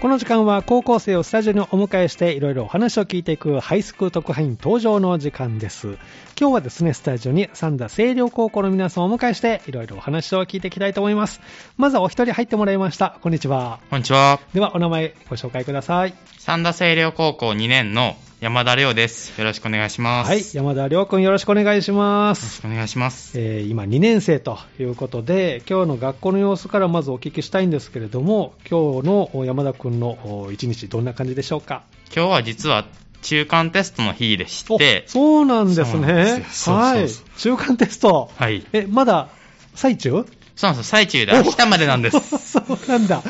この時間は高校生をスタジオにお迎えしていろいろお話を聞いていくハイスクール特派員登場の時間です今日はですねスタジオに三田清涼高校の皆さんをお迎えしていろいろお話を聞いていきたいと思いますまずはお一人入ってもらいましたこんにちはこんにちは。ではお名前ご紹介ください三田清涼高校2年の山田亮です。よろしくお願いします。はよい山田亮君よろしくお願いしまろすしくお願いします。えー今2年生ということで今日の学校の様子からまずお聞きしたいんですけれども今日の山田君のお一日どんな感じでしょうか今日は実は中間テストの日でしてお、そうなんですそうなんですねよそうはいそう中間テストはい。えまだ最中そうなんですよ。最中で明日までなん です。そうなんだ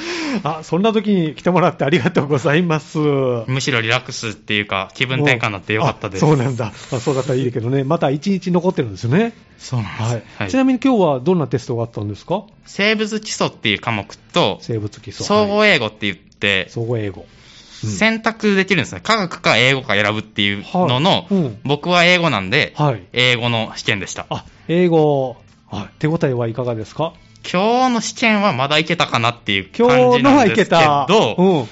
あそんな時に来てもらってありがとうございますむしろリラックスっていうか、気分転換になってよかったです。あそうなんだあそうだったらいいけどねまた1日残ってるんですよね、そうなんはいです。はいちなみに今日はどんなテストがあったんですか生物基礎っていう科目と、生物基礎総はい合英語って言って、総合英語うん選択できるんですね。科学か英語か選ぶっていうののはいうん、僕は英語なんで、はい英語の試験でした。あ、英語、手応えはいかがですか今日の試験はまだいけたかなっていう今感日じのなはんいでけすけた。ど、うん。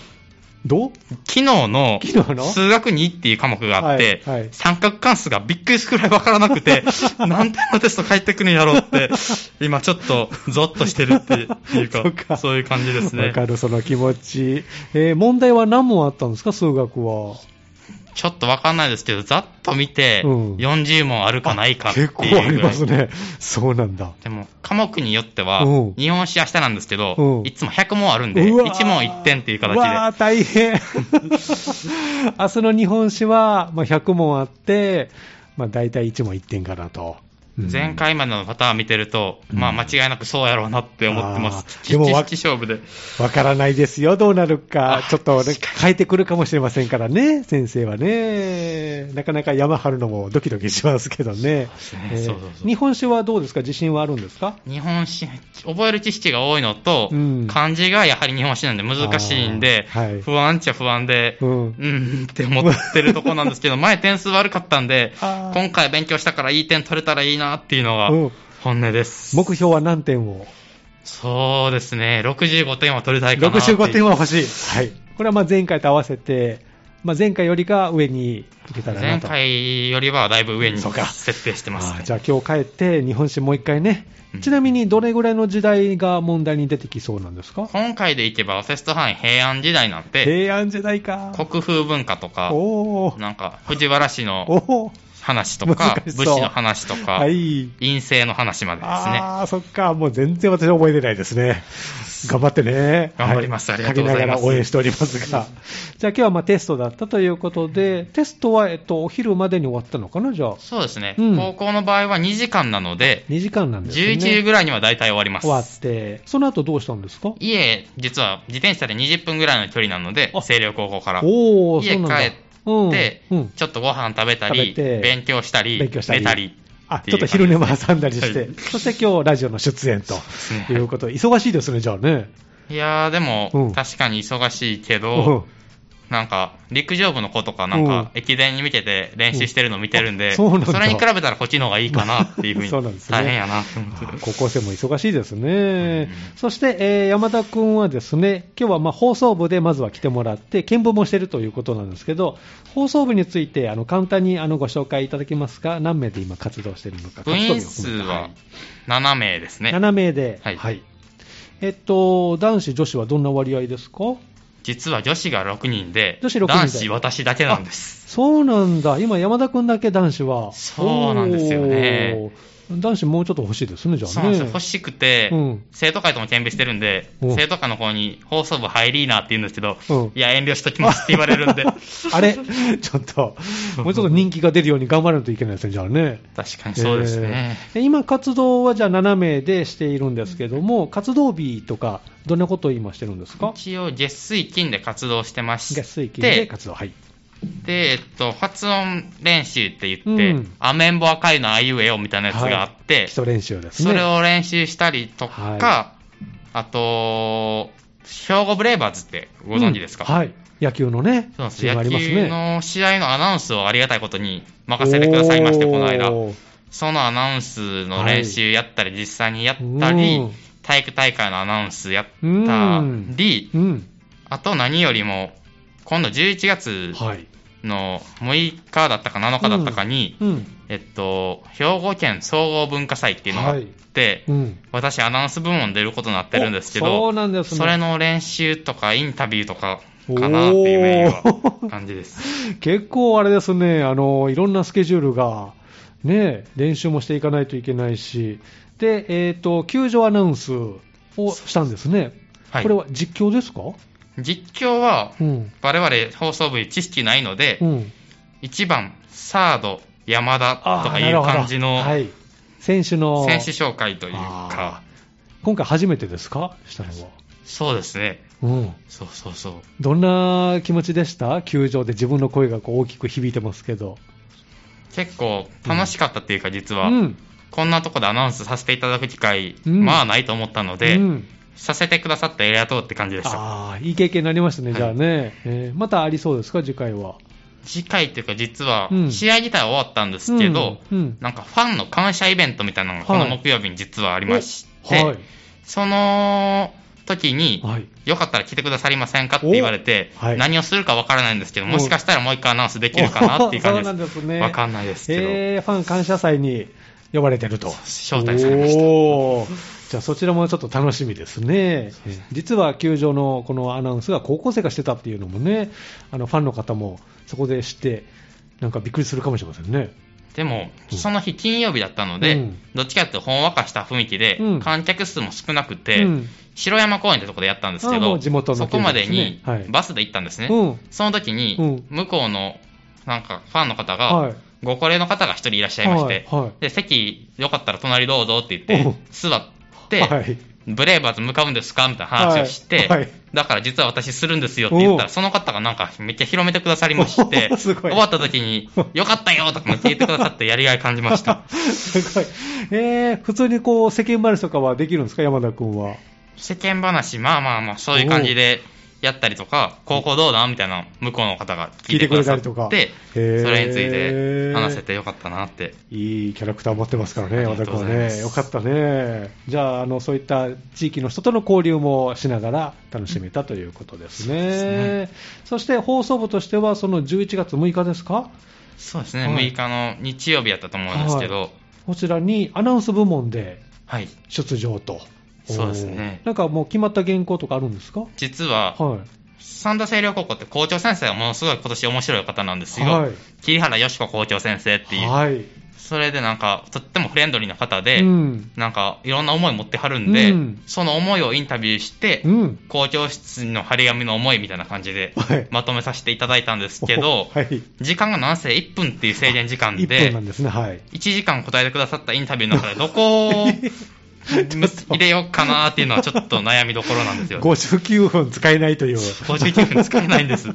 どう昨日の昨日の数学2っていう科目があって、はいはい三角関数がびっくりするくらいわからなくて、 何点のテスト返ってくるんやろうって、 今ちょっとゾッとしてるっていうか、 そそううかいう感じですわね。かる、その気持ち。えー問題は何問あったんですか、数学は。ちょっとわかんないですけど、ざっと見て、うん40問あるかないかっていう結ぐ構らい。ありますね。そうなんだ。でも、科目によってはうん、日本史明日なんですけど、うんいつも100問あるんで、1うわー問1点っていう形うわあ、で、大変。 明日の日本史は、まあ、100問あって、まあ、大体1問1点かなと。うん前回までのパターン見てると、うんまあ間違いなくそうやろうなって思ってまあす。ー知でもわ識勝負で。わからないですよ、どうなるか、あちょっとね変えてくるかもしれませんからね、先生はね、なかなか山張るのもドキドキしますけどねすね、えーそうそうそう日本史はどうですか、自信はあるんですか日本史、覚える知識が多いのと、うん漢字がやはり日本史なんで難しいんで、あーはい不安っちゃ不安で、ううんん、って思ってるとこなんです けど、前点数悪かったんで、あー今回勉強したからいい点取れたらいいなっていうのがうん本音です。目標は何点を、そうですね、65点は取りたいかなっていう。 65点は欲しい、はい、これはまあ前回と合わせて、まあ、前回よりか上にいけたらな前と。回よりはだいぶ上にそうか設定してます、あねー。じゃあ今日帰って日本史もう一回ね、ちなみにどれぐらいの時代が問題に出てきそうなんですか今回でいけば、セスト範囲平安時代なんて、平安時代か国風文化とか、おおなんか、藤原氏のおお話とか、 難しそう武士の話とか、はい。陰性の話までですね。ああ、そっか。もう全然私覚えてないですね。頑張ってね。頑張りますありがとうございま陰ながすら応援しておりますが。じゃあ今日はまあテストだったということで、テストは、えっと、お昼までに終わったのかなじゃあ。そうですね、うん高校の場合は2時間なので、 2時間なんですね。 11時ぐらいには大体終わりま終わす。って、その後どうしたんですか家、実は自転車で20分ぐらいの距離なのであ、清涼高校から。おお、家そう帰なんだ。っうん。うてん、ちょっとご飯食べたり、食べて勉強したり、勉強したり寝たり。あ、てちいょっうと感じ昼寝も挟んだりして、はいそして今日ラジオの出演とすねいうことで、忙しいですね、じゃあね。いやー、でも、うん確かに忙しいけど、うんなんか、陸上部の子とか、なんか、駅伝に見てて練習してるの見てるんうんあで、そうなんだれに比べたらこっちの方がいいかなっていうふうに、そうなんですね大変やなって思って高校生も忙しいですね、うんそして、えー山田君はですね今日はまあ放送部でまずは来てもらって見舞もしているということなんですけど放送部についてあの簡単にあのご紹介いただけますか何名で今活動しているのか活部動員日を数含めては7名ですいね。 7名で、はいえっと、男子、女子はどんな割合ですか実は女子が6人で、女子6人で男子私だけなんです。そうなんだ、今、山田君だけ男子は、そうなんですよねおー、男子、もうちょっと欲しいですね、じゃそあうなんね。ですよ欲しくて、うん生徒会とも兼備してるんで、お生徒会の方に放送部入りーなって言うんですけど、うんいや、遠慮しときますって言われる んで、あれ、 ちょっと、もうちょっと人気が出るように頑張らないといけないですね、じゃあね。確かに そうですね。えー今、活動はじゃあ7名でしているんですけども、活動日とか、どんなことを今してるんですか一応、月水金で活動してまして、月水金で活動、はい、で、えっと、発音練習って言って、うんアメンボ赤いのあいうえおみたいなやつがあって、基礎練習ですね。それを練習したりとか、はあと、兵庫ブレイバーズってご存知ですか、うんはい、野球のね、そうなんですチームあ野ります球ね。の試合のアナウンスをありがたいことに任せてくださいまして、この間。おーそのアナウンスの練習やったり、実際にやったうりん、体育大会のアナウンスやったり、うんうんあと何よりも、今度11月はい。の6日だったか7日だったかに、うん。えっと、兵庫県総合文化祭っていうのがあって、うん。私アナウンス部門出ることになってるんですけおそどう、なんですね。それの練習とかインタビューとかかなっていうイメージは感じです。結構あれですね、あのいろんなスケジュールが、ね、練習もしていかないといけないし、で、えーと、球場アナウンスをしたんですね。はいこれは実況ですか実況は、うん。我々放送部知識ないのでう、ん。 1番、サード、山田とかいなるうほど感じのはい。選手の、選手紹介というあ、か今回初めてですかしたのは。そうですね。うん。そうそうそう。どんな気持ちでした球場で自分の声がこう大きく響いてますけど。結構楽しかったっていうか、実うは、ん。こんなとこでアナウンスさせていただく機会、うんまあないと思ったので、うんさせてくださってありがとうって感じでした。ああ、いい経験になりましたね、はいじゃあね、えーまたありそうですか、次回は。次回っていうか、実はう、ん試合自体は終わったんですけど、うんうんなんかファンの感謝イベントみたいなのがこの木曜日に実はありまして、はい。その時に、はい。よかったら来てくださりませんかって言われて、おはい何をするかわからないんですけど、うんもしかしたらもう一回アナウンスできるかなっていう 感そうじなんでですす。ね。わかんないですけど、えー、ファン感謝祭に呼ばれてると。招待されました。おーじゃあそちらもちょっと楽しみですね。実は球場のこのアナウンスが高校生がしてたっていうのもね、あのファンの方もそこで知って、なんかびっくりするかもしれませんね。でも、うんその日金曜日だったので、うんどっちかっていうとほんわかした雰囲気で、うん観客数も少なくて、うん城山公園ってとこでやったんですけあもど、う地元のそこまで球場でにすねはいバスで行ったんですね。うんその時に、うん向こうのなんかファンの方が、はい。ご高齢の方が一人いらっしゃいまして、はいはいで席よかったら隣どうぞって言おっうて、座って、はい、ブレイバーズ向かうんですかみたいな話をして、はいはいだから実は私するんですよって言ったおうら、その方がなんかめっちゃ広めてくださりまして、 おす終ごいわった時に、よかったよとかも聞いてくださってやりがい感じました。 すごい。えー、普通にこう、世間話とかはできるんですか、山田君は。世間話、まあまあまあ、そういう感じでやったりとか、高校どうだみたいな向こうの方が聞いてくださって、聞いてくれそたりれとかについへーて話せてよかったなって。いいキャラクター持ってますからね、あり山が田とう君ごはざいますね。よかったね。じゃあ、あの、そういった地域の人との交流もしながら楽しめたということですね。そすねして、放送部としては、その11月6日ですかそうですね、はい6日の日曜日やったと思うんですけど、こちらにアナウンス部門ではい、出場と。そうですねおーなんかもう決まった原稿とかあるんですか実は、は三田清涼高校って校長先生がものすごい今年面白い方なんですい。よ。はい。桐原よし子校長先生っていう、はい。それでなんか、とってもフレンドリーな方で、うん。なんか、いろんな思い持ってはるんで、うんその思いをインタビューして、うん。校長室の張り紙の思いみたいな感 じではい、まとめさせていただいたんですけど、おはい。時間がなんせ1分っていう制限時間1分でな、んですね、はい。 1時間答えてくださったインタビューの中で、どこを入れようかなっていうのはちょっと悩みどころなんですよ。 59分使えないという。 59分使えないんです。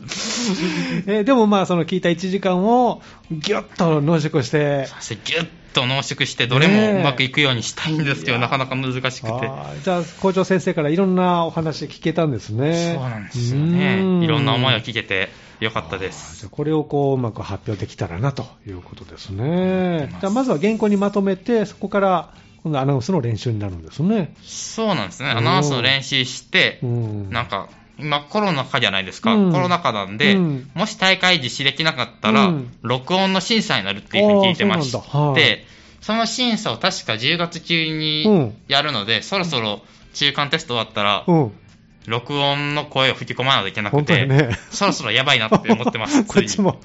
えーでもまあその聞いた1時間をぎゅっと濃縮して、そしてギュッと濃縮して、どれもうまくいくようにしたいんですけど、なかなか難しくて。あーじゃあ校長先生からいろんなお話聞けたんですね。そうなんですよね。いろんな思いを聞けてよかかったです。じゃあこれをこううまく発表できたらなということですね。ますじゃあまずは原稿にまとめて、そこから今度アナウンスの練習になるんですね。そうなんですね。うんアナウンスの練習してう、ん。なんか、今コロナ禍じゃないですか。うんコロナ禍なんで、うんもし大会実施できなかったら、うん録音の審査になるっていうふうに聞いてましあーそうなんだはいて、その審査を確か10月中うにんやるので、そろそろ中間テスト終わったら、うん。録音の声を吹き込まないといけなく本当て、にねそろそろやばいなって思ってます。 こっちも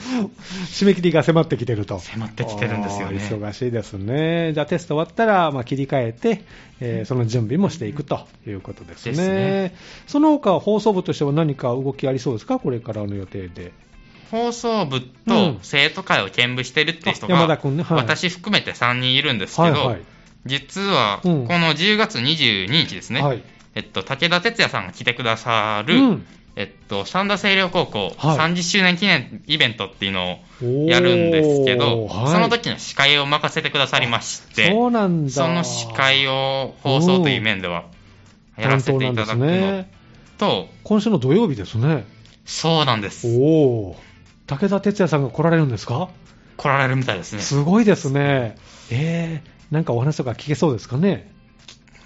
締め切りが迫ってきてると。迫ってきてるんですよねあー忙しいですね。じゃあテスト終わったら、まあ、切り替えて、えーその準備もしていくということですね。ですねその他放送部としては何か動きありそうですかこれからの予定で。放送部うんと生徒会を兼務してるっていう人が、あ山田君ねはい私含めて3人いるんですけど、はいはい実はうこんの10月22日ですね、はいえっと、武田鉄矢さんが来てくださる、うんえっと、三田清涼高校はい30周年記念イベントっていうのをやるんですけど、おーはいその時の司会を任せてくださりまして、そうなんだ。その司会を放送という面ではやらせていただ担く当なんのですね。と、今週の土曜日ですね。そうなんです。おー。武田鉄矢さんが来られるんですか来られるみたいですね。すごいですね。えー、なんかお話とか聞けそうですかね。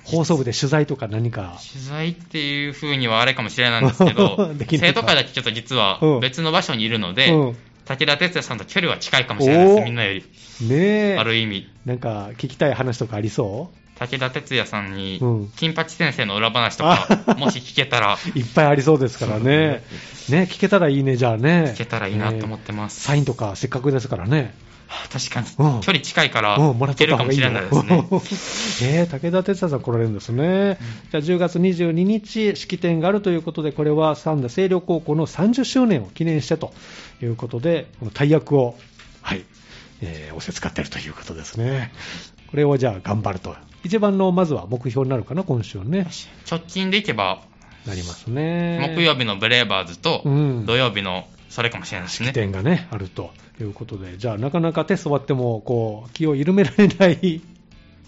放送部で取材とか何か。取材っていう風にはあれかもしれないんですけど できないか生徒会だけちょっと実はうん別の場所にいるので、うん武田鉄矢さんと距離は近いかもしれないでおすーみんなよりねえあ。る意味なんか聞きたい話とかありそう武田鉄矢さんにうん金八先生の裏話とかもし聞け たらいっぱいありそうですからね。ね、聞けたらいいね、じゃあね。聞けたらいいなと思ってます、サインとかせっかくですからね。はあ 確かに、うん距離近いからうん、もら聞っとったけるか方もがいしいれなないですね えー武田鉄矢さん来られるんですね。じゃあ10月22日、式典があるということで、これは三田清涼高校の30周年を記念してということで、この大役を、はい、えー、おせ使ってるということですね。これをじゃあ頑張ると。一番の、まずは目標になるかな、今週はね。直近でいけばなりますね。木曜日のブレーバーズとうん土曜日のそれかもしれないですね、点がね、あるということで、じゃあ、なかなかテスト終わっても、こう、気を緩められない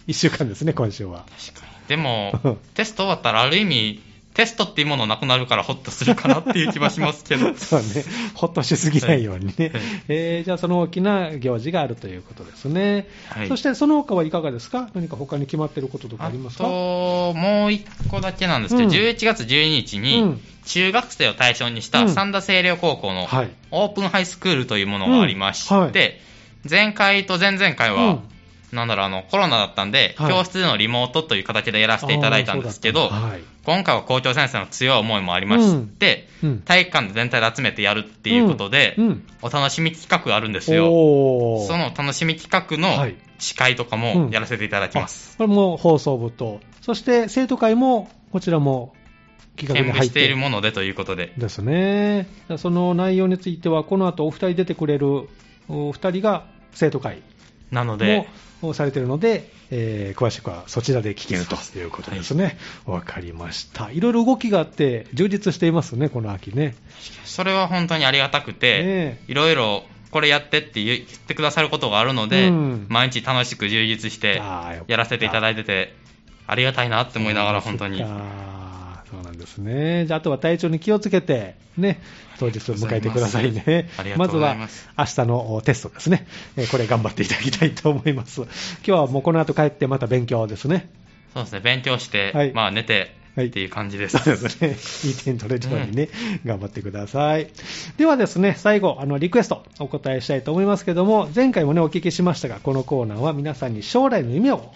1週間ですね、今週は。確かにでもテスト終わったらある意味テストっていうものなくなるからホッとするかなっていう気はしますけ どそうね、ほっとしすぎないようにね、はいえーじゃあ、その大きな行事があるということですね、はいそしてその他はいかがですか、何か他に決まっていることとかあありますとか、もう一個だけなんですけど、うん11月12日うにん中学生を対象にしうたん三田清涼高校のはいオープンハイスクールというものがありまして、うんはい前回と前々回は、なんだろうあのコロナだったんで、はい教室でのリモートという形でやらせていただいたんですけあーど、そうだったはい今回は校長先生の強い思いもありまして、うん体育館で全体で集めてやるっていうことで、うんうんお楽しみ企画があるんですよ。おーその楽しみ企画はのい司会とかうんもやらせていただきます。あこれも放送部と、そして生徒会もこちらも企画兼に務入しっているものでということで、ですね、その内容については、この後お二人出てくれるお二人が生徒会なので、もされているので、えー詳しくはそちらで聞けるということですね、わ、かりました、いろいろ動きがあって、充実していますね、この秋ね。それは本当にありがたくてね、いろいろこれやってって言言ってくださることがあるので、うん毎日楽しく充実してあーよかったやらせていただいてて、ありがたいなって思いながら、本当に。そうかそうなんですね。じゃあ、あとは体調に気をつけて、ね、当日を迎えてくださいね。ありがとうございますまずは、明日のテストですね。えーこれ頑張っていただきたいと思います。今日はもうこの後帰ってまた勉強ですね。そうですね、勉強して、はいまあ寝てはいっていう感じです。 そうですね。いい点取れるようにね、頑張ってください。ではですね、最後、あの、リクエストお答えしたいと思いますけども、前回もね、お聞きしましたが、このコーナーは皆さんに将来の夢を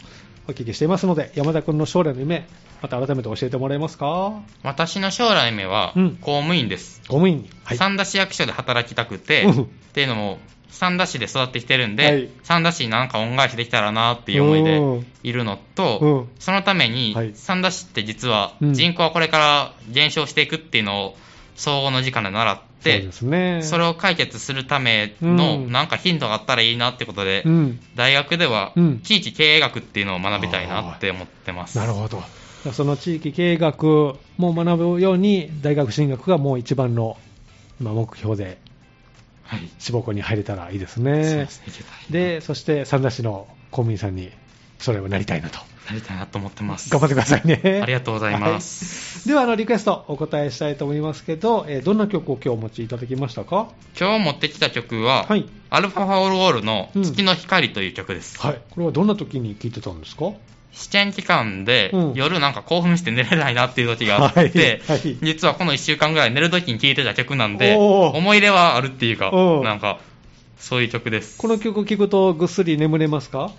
お聞きしていますので、山田君の将来の夢、また改めて教えてもらえますか私の将来の夢は、うん公務員です。公務員に。はい。三田市役所で働きたくて、うんっていうのも、三田市で育ってきてるんで、はい三田市になんか恩返しできたらなっていう思いでうんいるのうとん、そのために、はい三田市って実はうん人口はこれから減少していくっていうのを総合の時間で習っそうてで、すね。それを解決するためのうんなんかヒントがあったらいいなってことで、うん。大学ではうん地域経営学っていうのを学びたいなって思ってます。なるほど。その地域経営学も学ぶように、大学進学がもう一番の、今、目標で、はい。志望校に入れたらいいですそうねで。すね、いけたらいいなで、そして三田市の公務員さんに、それをなりたいなと。なりたいなと思ってま す。頑張ってくださいね。ありがとうございます。はい。では、あの、リクエストお答えしたいと思いますけど、えーどんな曲を今日お持ちいただきましたか今日持ってきた曲は、はいアルファファオルオールの月の光という曲です。はい。これはどんな時に聴いてたんですか試験期間で、うん夜なんか興奮して寝れないなっていう時があって、はいはい実はこの1週間ぐらい寝る時に聴いてた曲なんで、おー思い入れはあるっていうかおー、なんか、そういう曲です。この曲聴くとぐっすり眠れますか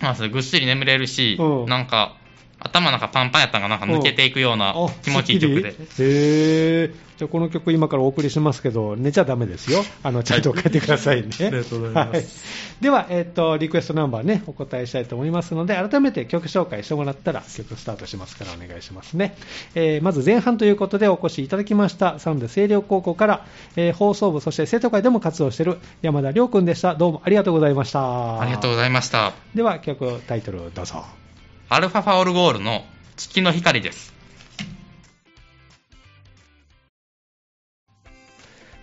まあ、それぐっすり眠れるし、うんなんか、頭なんかパンパンやったのがなんか抜けていくようなあ気持ちいい曲で。すっきりへーじゃあこの曲今からお送りしますけど寝ちゃダメですよあのちゃんと書いてくださいね、 ありがとうございますはいでは、えっとリクエストナンバーねお答えしたいと思いますので改めて曲紹介してもらったら曲スタートしますからお願いしますね、えーまず前半ということでお越しいただきましたサンデ清涼高校から、えー放送部そして生徒会でも活動している山田亮君でしたどうもありがとうございましたありがとうございました。では曲タイトルどうぞアルファファオルゴールの月の光です。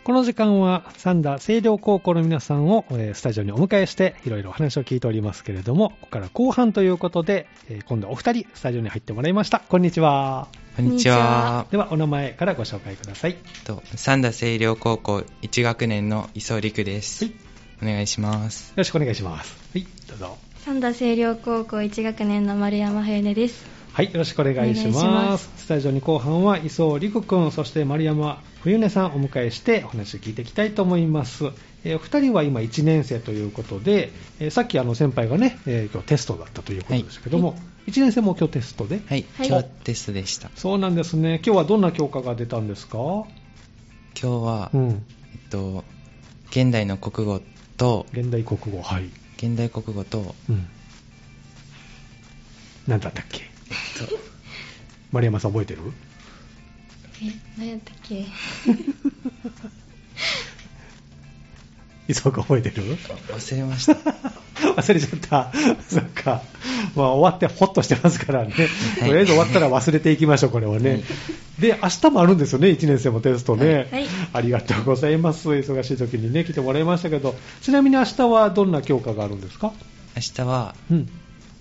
この時間は三田清涼高校の皆さんをえースタジオにお迎えしていろいろお話を聞いておりますけれどもここから後半ということでえー今度はお二人スタジオに入ってもらいましたこんにちはこんにちは。ではお名前からご紹介くださいと三田清涼高校1学年の磯陸です。はいよお願いします。ろしくお願いしますはいどうぞ三田清涼高校1学年の丸山冬音です。はい、よろしくお願いします。お願いしますスタジオに後半は磯陸くん、そして丸山冬音さんをお迎えしてお話を聞いていきたいと思います。えーお二人は今1年生ということで、えーさっきあの先輩がね、えー今日テストだったということでしたけども、はい1年生も今日テストで、はい、はい今日テストでした。そうなんですね。今日はどんな教科が出たんですか今日は、うん。えっと、現代の国語と、現代国語、はい。現代国語と、うん。なんだった っけ丸山さん覚えてるえ、何やったっけ磯岡覚えてる忘れま した。忘れちゃった。 そっか。まあ、終わってほっとしてますからね。とりあえず終わったら忘れていきましょう、これはね。はいで、明日もあるんですよね、1年生もテストね。はいはいありがとうございます。忙しい時にね、来てもらいましたけど、ちなみに明日はどんな教科があるんですか明日は、うん。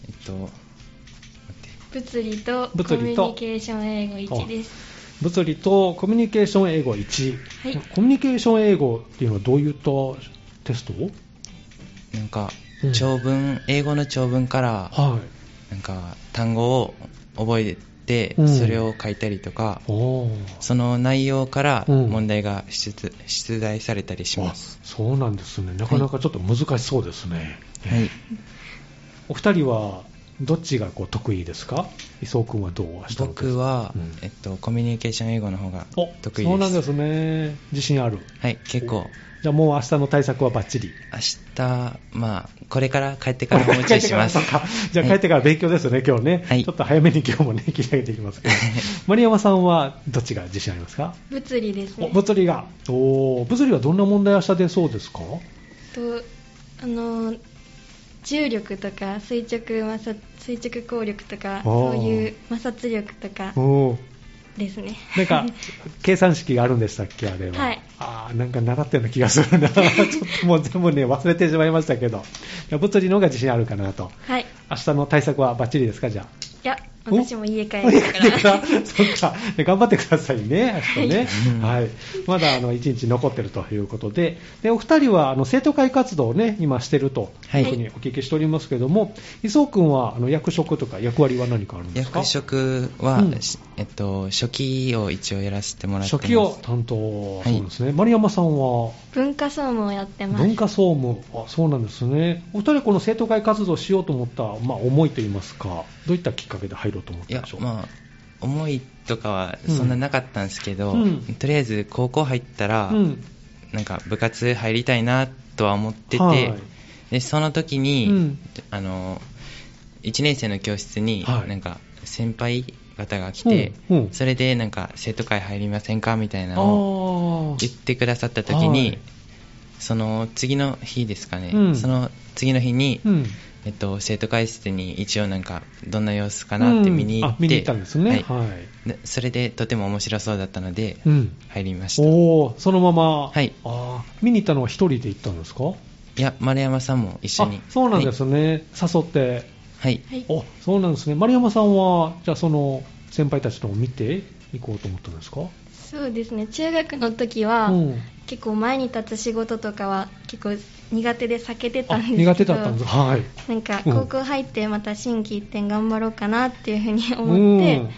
えっと、待って物理とコミ物ュ理ニとケーション英語1です。物理とコミュニケーション英語1。はいコミュニケーション英語っていうのはどういったテストなんかうん、長文、英語の長文から、はい。なんか、単語を覚えてうん、それを書いたりとか、おーその内容からうん問題が出題出題されたりします。あそうなんですね。なかなかちょっと難しそうですね。はい。お二人はどっちがこう得意ですか磯尾君はどう明日のテスト僕は、うんえっと、コミュニケーション英語の方がお得意です。そうなんですね自信あるはい、結構、じゃあもう明日の対策はバッチリ明日、まあ、これから帰ってからもうちょいします。帰ってからそうかじゃ あ帰ってから勉強ですね、今日ね、はいちょっと早めに今日もね 切り上げていきます けど丸山さんはどっちが自信ありますか物理ですおね。物理がおー物理はどんな問題明日出そうですかと、あの、重力とか垂直摩擦、垂直抗力とか、ーそういう摩擦力とかおーですね。 なんか、計算式があるんでしたっけ、あれは。はいああ、なんか習ったような気がす るな。ちょっともう全部ね、忘れてしまいましたけど。じゃあ物理の方が自信あるかなと。はい。い明日の対策はバッチリですか、じゃあ。や、私も家帰おるから。から そっか、ね頑張ってくださいね、明日ね。はい。まだ、あの、1日残ってるということで。で、お二人は、あの、生徒会活動をね、今してると。はいいうふうにお聞きしておりますけども、磯尾くんは、あの、役職とか役割は何かあるんですか役職は、うんしえっと、初期を一応やらせてもらってま初す。期を担当、そうですね。丸山さんは、 文化総務をやってます。文化総務あそうなんですねお二人この生徒会活動をしようと思った、まあ、思いといいますかどういったきっかけで入ろうと思っいたんやでしょ、うまあ、思いとかはうんそんななかったんですけど、うんとりあえず高校入ったら、うんなんか部活入りたいなとは思ってて、はいでその時に、うんあの1年生の教室に、はいなんか先輩方が来て、うんうんそれでなんか生徒会入りませんかみたいなあのをー言ってくださった時に、はいその次の日ですかね、うんその次の日に、うんえっと、生徒会室に一応なんかどんな様子かなって見に行うんあって、見に行ったんですねははいい、でそれでとても面白そうだったので、うん入りましたいおおそのまま、はいあー見に行ったのは一人で行ったんですかや丸山さんも一緒にあそうなんですね、誘ってはい、ははいい。おそうなんですね丸山さんはじゃあその先輩たちのを見て行こうと思ったんですかそうですね。中学の時は、うん結構前に立つ仕事とかは結構苦手で避けてたあんですけど苦手だったんですはいなんかうん高校入ってまた心機一転頑張ろうかなっていうふうに思ってうん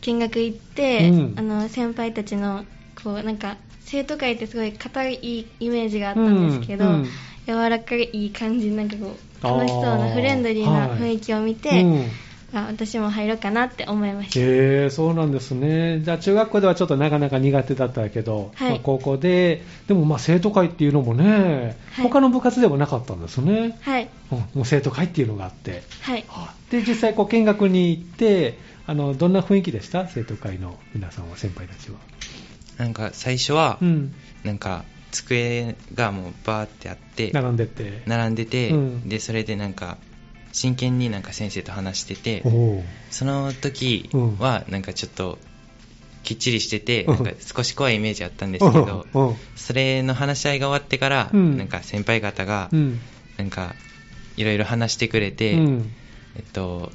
見学行って、うんあの先輩たちのこうなんか生徒会ってすごい硬いイメージがあったんですけど、うんうん柔らかい感じなんかこうあー楽しそうなフレンドリーな雰囲気を見て、うんあ私も入ろうかなって思いました、へえそうなんですね、じゃあ、中学校ではちょっとなかなか苦手だったけど、はいまあ高校で、でもまあ生徒会っていうのもね、はい他の部活ではなかったんですね、はいうん、もう生徒会っていうのがあって、はいあで実際、こう見学に行って、あのどんな雰囲気でした、生徒会の皆さんは、先輩たちは。なんか最初は、うん、なんか机がもうバーってあって並んでって、並んでて、うんでそれでなんか真剣になんか先生と話してておおその時はなんかちょっときっちりしてて、うんなんか少し怖いイメージあったんですけど、うんうんそれの話し合いが終わってから、うんなんか先輩方が、うんなんかいろいろ話してくれて、うんえっと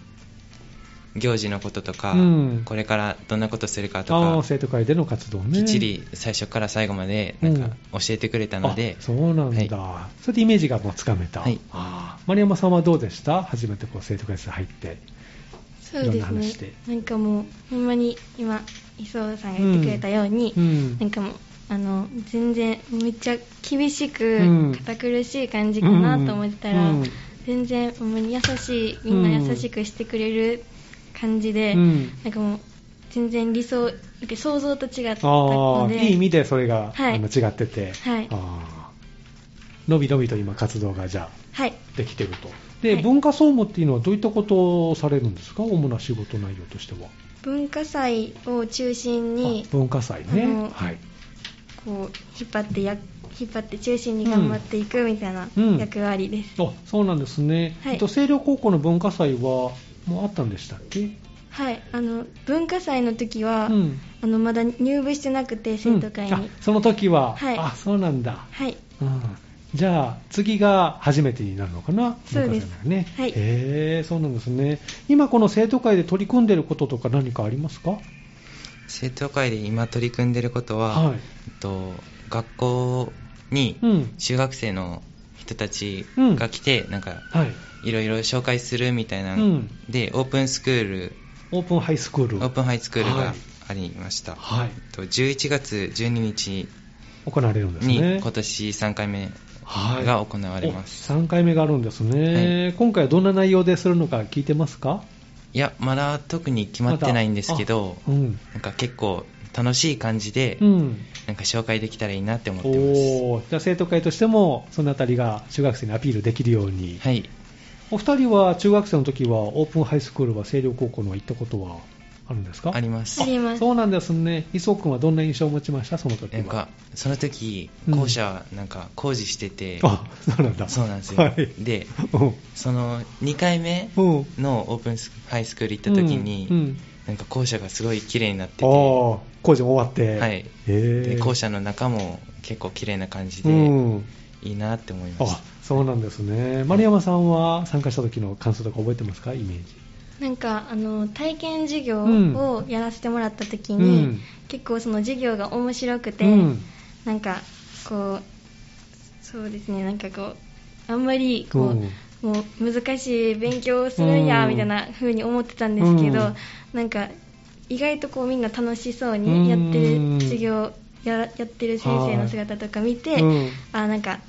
行事のこととか、うんこれからどんなことするかとあーか、生徒会での活動ね。きっちり最初から最後までなんか教えてくれたのであ、そうなんだ、それでイメージがもうつかめた、はいあー丸山さんはどうでした初めてこう生徒会室入ってそうでいろんなす話でね。なんかもうほんまに今磯田さんが言ってくれたように、うんなんかもうあの全然めっちゃ厳しうんく堅苦しい感じかなと思ってたら、うん全然ほんまに優しいみんな優しくしてくれる感じで、うんなんかもう全然理想なんか想像と違ったあのあ、でいい意味でそれが、はいあの違ってて、はいあーのびのびと今活動がじゃはいあできてると。で、はい文化総務っていうのはどういったことをされるんですか主な仕事内容としては。文化祭を中心にあ文化祭あねの。はい。こう引っ張ってや引っ張って中心に頑張っていくみたいなうん役割です、あ、そうなんですね。はいえっと、清涼高校の文化祭は、もうあったんでしたっけはいあの文化祭の時は、うんあのまだ入部してなくて生徒会に、うんあその時は、はいあ、そうなんだ。はいうんじゃあ次が初めてになるのかなそう文です化祭のね、はいへえそうなんですね今この生徒会で取り組んでることとか何かありますか生徒会で今取り組んでることは、はいえっと、学校にうん中学生の人たちうんが来て、なんかはいいろいろ紹介するみたいなうのんで、オープンスクールオープンハイスクールオープンハイスクールはがいありました、はいえっと11月12日行われるんですにね今年3回目はいが行われます、 3回目があるんですね、今回はどんな内容でするのか聞いてますかい、やまだ特に決まってないんですけど、まだあうんなんか結構楽しい感じで、うんなんか紹介できたらいいなって思ってますおーじゃあ生徒会としてもそのあたりが中学生にアピールできるように、はいお二人は中学生の時はオープンハイスクールは星稜高校の行ったことはあるんですかありますありますそうなんですね。磯君はどんな印象を持ちましたその時は。なんかその時うん校舎なんか工事してて、あ、そうなんだ。そうなんですよ、はい。でうんその2回目うんのオープンスハイスクール行った時に、うんうんなんか校舎がすごい綺麗になっててあー工事も終わって。はいへでー校舎の中も結構綺麗な感じで、うん。いいなって思いまあし、そうなんですね。丸山さんは参加した時の感想とか覚えてますかイメージ。なんかあの体験授業うんをやらせてもらった時うに、ん結構その授業が面白くて、うんなんかこうそうですねなんかこうあんまりこう、うんもう難しい勉強をするんやうんみたいな風に思ってたんですけど、うんなんか意外とこうみんな楽しそうにやってうんる授業やらやってる先生の姿とか見て、うんあなんか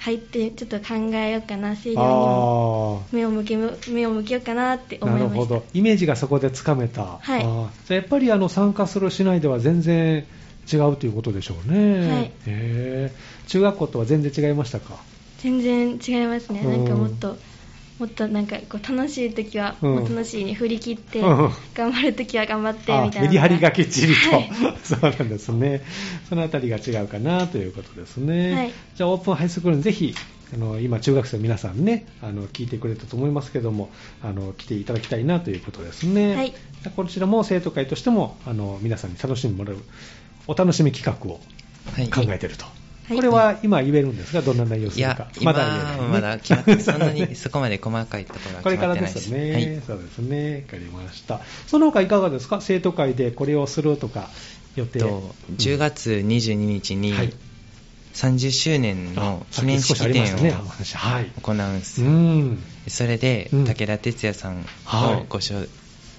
入ってちょっと考えようかな清あ涼にもー目を向け目を向けようかなって思ないるまほしたど。イメージがそこでつかめた。はいあーじゃあやっぱりあの参加するしないでは全然違うということでしょうね。はいへー中学校とは全然違いましたか全然違いますねうんなんかもっともっとなんかこう楽しい時はうんもう楽しいに振り切って、うん頑張る時は頑張ってあみたいなメリハリがきっちりと、はい そうなんですねそのあたりが違うかなということですね、はいじゃあオープンハイスクールにぜひあの今中学生の皆さんねあの聞いてくれたと思いますけどもあの来ていただきたいなということですね、はいこちらも生徒会としてもあの皆さんに楽しんでもらうお楽しみ企画をた、はい、考えてると、はいこれは今言えるんですがどんな内容すいるのかや今言えないねはまだ決まってそんなにそこまで細かいところ はこれ決かまっらでてないですすよね、はいそうですね、わかりました。その他いかがですか、生徒会でこれをするとか、予定、と10月22日うんにはい30周年の記念式あさっき少しありまし典たをね、お話はい、行うんですうよん、それでうん武田鉄矢さんはいをご招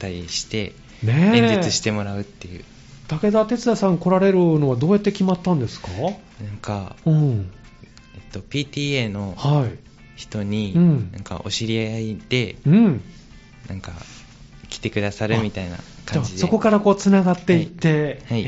待してねえ演説してもらうっていう武田鉄矢さん来られるのはどうやって決まったんですか、なんか、うん、えっと、PTA のはい、人にうんなんかお知り合いでうん、なんか来てくださるみたいなじゃ感あじでそこからこうつながっていって、はいは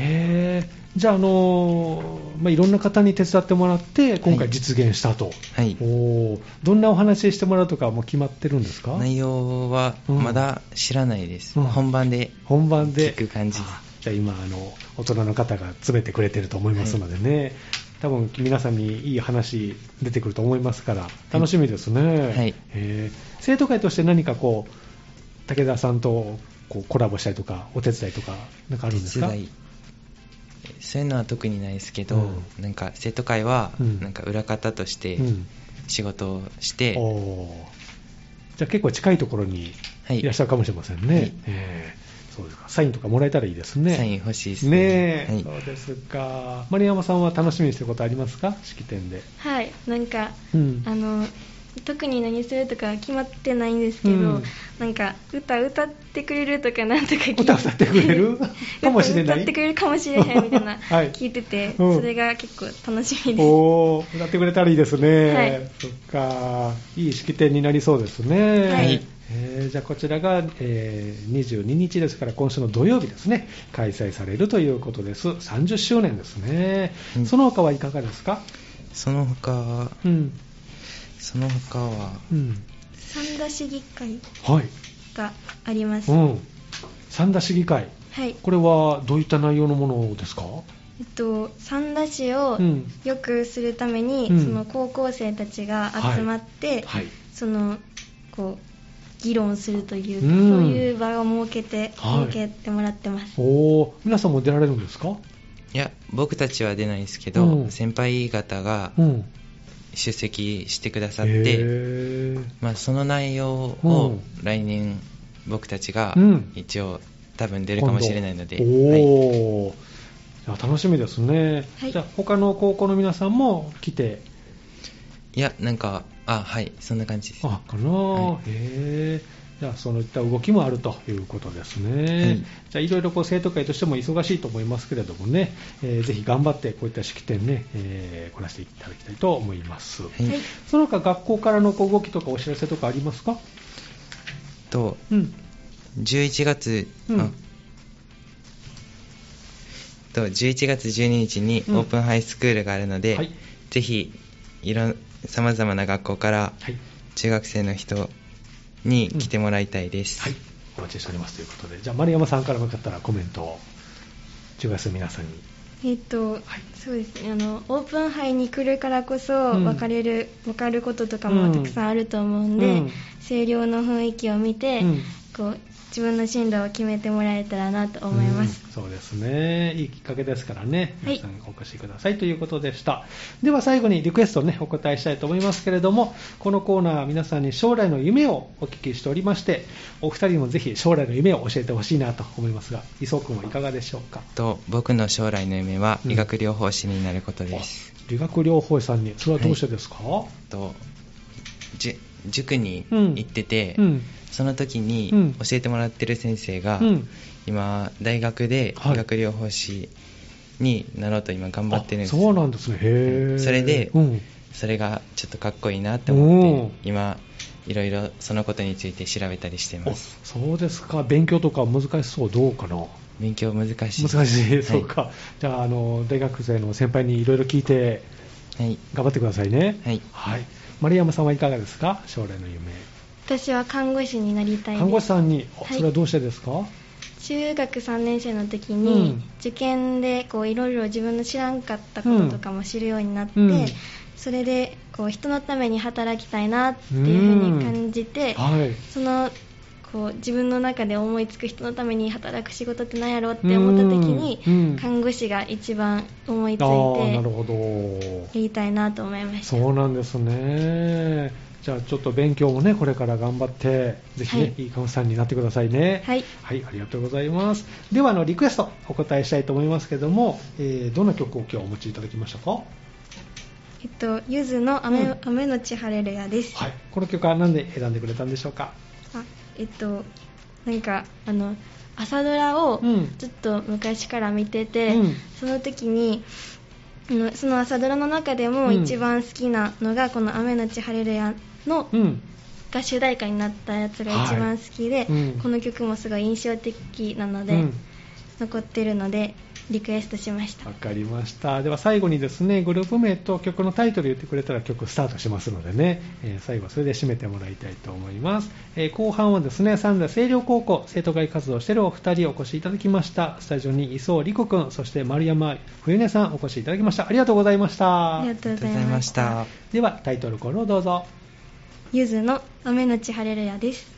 へいえじゃあ、あのーまあ、いろんな方に手伝ってもらって、今は回い実現したと、はいおーどんなお話してもらうとか、もう決まってるんですか内容はまだ知らないです、うん本番で本番で聞く感じですあじゃあ今あの大人の方が詰めてくれてると思いますのでね、多分皆さんにいい話出てくると思いますから楽しみですね、はいえー生徒会として何かこう武田さんとこうコラボしたりとかお手伝いとかなんかあるんです手か伝いそういうのは特にないですけど、うんなんか生徒会はうんなんか裏方としてうん仕事をして、おーじゃあ結構近いところにはいいらっしゃるかもしれませんね、はいえーそうですかサインとかもらえたらいいですねサイン欲しいですねねえ、はいそうですか。丸山さんは楽しみにしてることありますか式典で。はいなんか、うんあの特に何するとかは決まってないんですけど、うんなんか歌歌ってくれるとかなんとか聞いて歌歌ってくれ るかもしれな歌いってくれるかもしれないみたい な、はい聞いてて、うんそれが結構楽しみですおー歌ってくれたらいいですね、はいそっかいい式典になりそうですね、はいえーじゃあこちらが、えー22日ですから今週の土曜日ですね開催されるということです30周年ですね、うんその他はいかがですかその他は、うんその他は、うん三田市議会はい、があります、うん、三田市議会はいこれはどういった内容のものですかえっと、三田市をうん良くするために、うんその高校生たちが集まって、はいそのこう議論するというか、うんそういう場を設けて、はい設けてもらってますおー皆さんも出られるんですかいや、僕たちは出ないですけど、うん先輩方がうん出席してくださっへて、ーまあ、その内容うをん来年僕たちがうん一応多分出るかもしれないので、今度はいおーじゃあ楽しみですね、はいじゃあ他の高校の皆さんも来ていやなんかあはいそんな感じですあかな、へはえじゃあそういった動きもあるということですね、はいじゃあいろいろこう生徒会としても忙しいと思いますけれどもね、えーぜひ頑張ってこういった式典ね、えーこなしていただきたいと思います、はいはいその他学校からのこう動きとかお知らせとかありますかとうん11月、うんあと11月12日にうんオープンハイスクールがあるので、はいぜひいろさまざまな学校からはい中学生の人に来てもらいたいです、はい、お待ちしておりますということで、じゃあ、丸山さんから向かったらコメントを、中学生の皆さんに。えっと、そうですねあのオープン杯に来るからこそうん分かれる、分かることとかうんもたくさんあると思うんで、うん声量の雰囲気を見て、うんこう自分の進路を決めてもらえたらなと思いますう、んそうですね、いいきっかけですからね、はい皆さんお越しくださいということでした。では最後にリクエストをね、お答えしたいと思いますけれども、このコーナー、皆さんに将来の夢をお聞きしておりまして、お二人にもぜひ将来の夢を教えてほしいなと思いますが、磯君はいかがでしょうか。と僕の将来の夢はうん医学療法士になることです、理学療法士さんに、それはどうしてですか、とじゅ塾にうん行ってて、うんその時にうん教えてもらってる先生が、うん今大学ではい医学療法士になろうと今頑張ってるんですあよそうなんですね、へーそれでうんそれがちょっとかっこいいなって思おーって今いろいろそのことについて調べたりしていますおそうですか、勉強とか難しそう、どうかな、勉強難しい難し、はいそうか、じゃああの、大学生の先輩にいろいろ聞いて、はい頑張ってくださいね、はい丸山さんはいかがですか、将来の夢、私は看護師になりたいです看護師さんに、おはいそれはどうしてですか、中学3年生の時うんに受験でこういろいろ自分の知らんかったこととかも知るようになって、うんそれでこう人のために働きたいなっていうふうに感じて、はいそのこう自分の中で思いつく人のために働く仕事って何やろうって思った時に、うんうん看護師が一番思いつあーないるてほど、やりたいなと思いましたそうなんですね。じゃあちょっと勉強もね、これから頑張って、ぜひね、はいい、い看護師さんになってくださいね。はいありがとうございます。では、あの、リクエスト、お答えしたいと思いますけども、えーどんな曲を今日お持ちいただきましたかえっとゆずの雨,、うん雨のち晴れるや」です、はい。この曲は何で選んでくれたんでしょうかあえっとなんかあの朝ドラをうんずっと昔から見てて、うんその時にあのその朝ドラの中でもうん一番好きなのが、この「雨のち晴れるや」のうん。が主題歌になったやつが一番好きで、はいうんこの曲もすごい印象的なので、うん残ってるのでリクエストしましたわかりました。では最後にですね、グループ名と曲のタイトル言ってくれたら曲スタートしますのでね、えー最後はそれで締めてもらいたいと思います。えー後半はですね、三田清涼高校生徒会活動をしているお二人お越しいただきました。スタジオに磯尾理子くん、そして丸山冬音さんお越しいただきました。ありがとうございました。ありがあとりうがごとうございざいままししたたではタイトルコールをどうぞ。ゆずの「雨のち晴れるや」です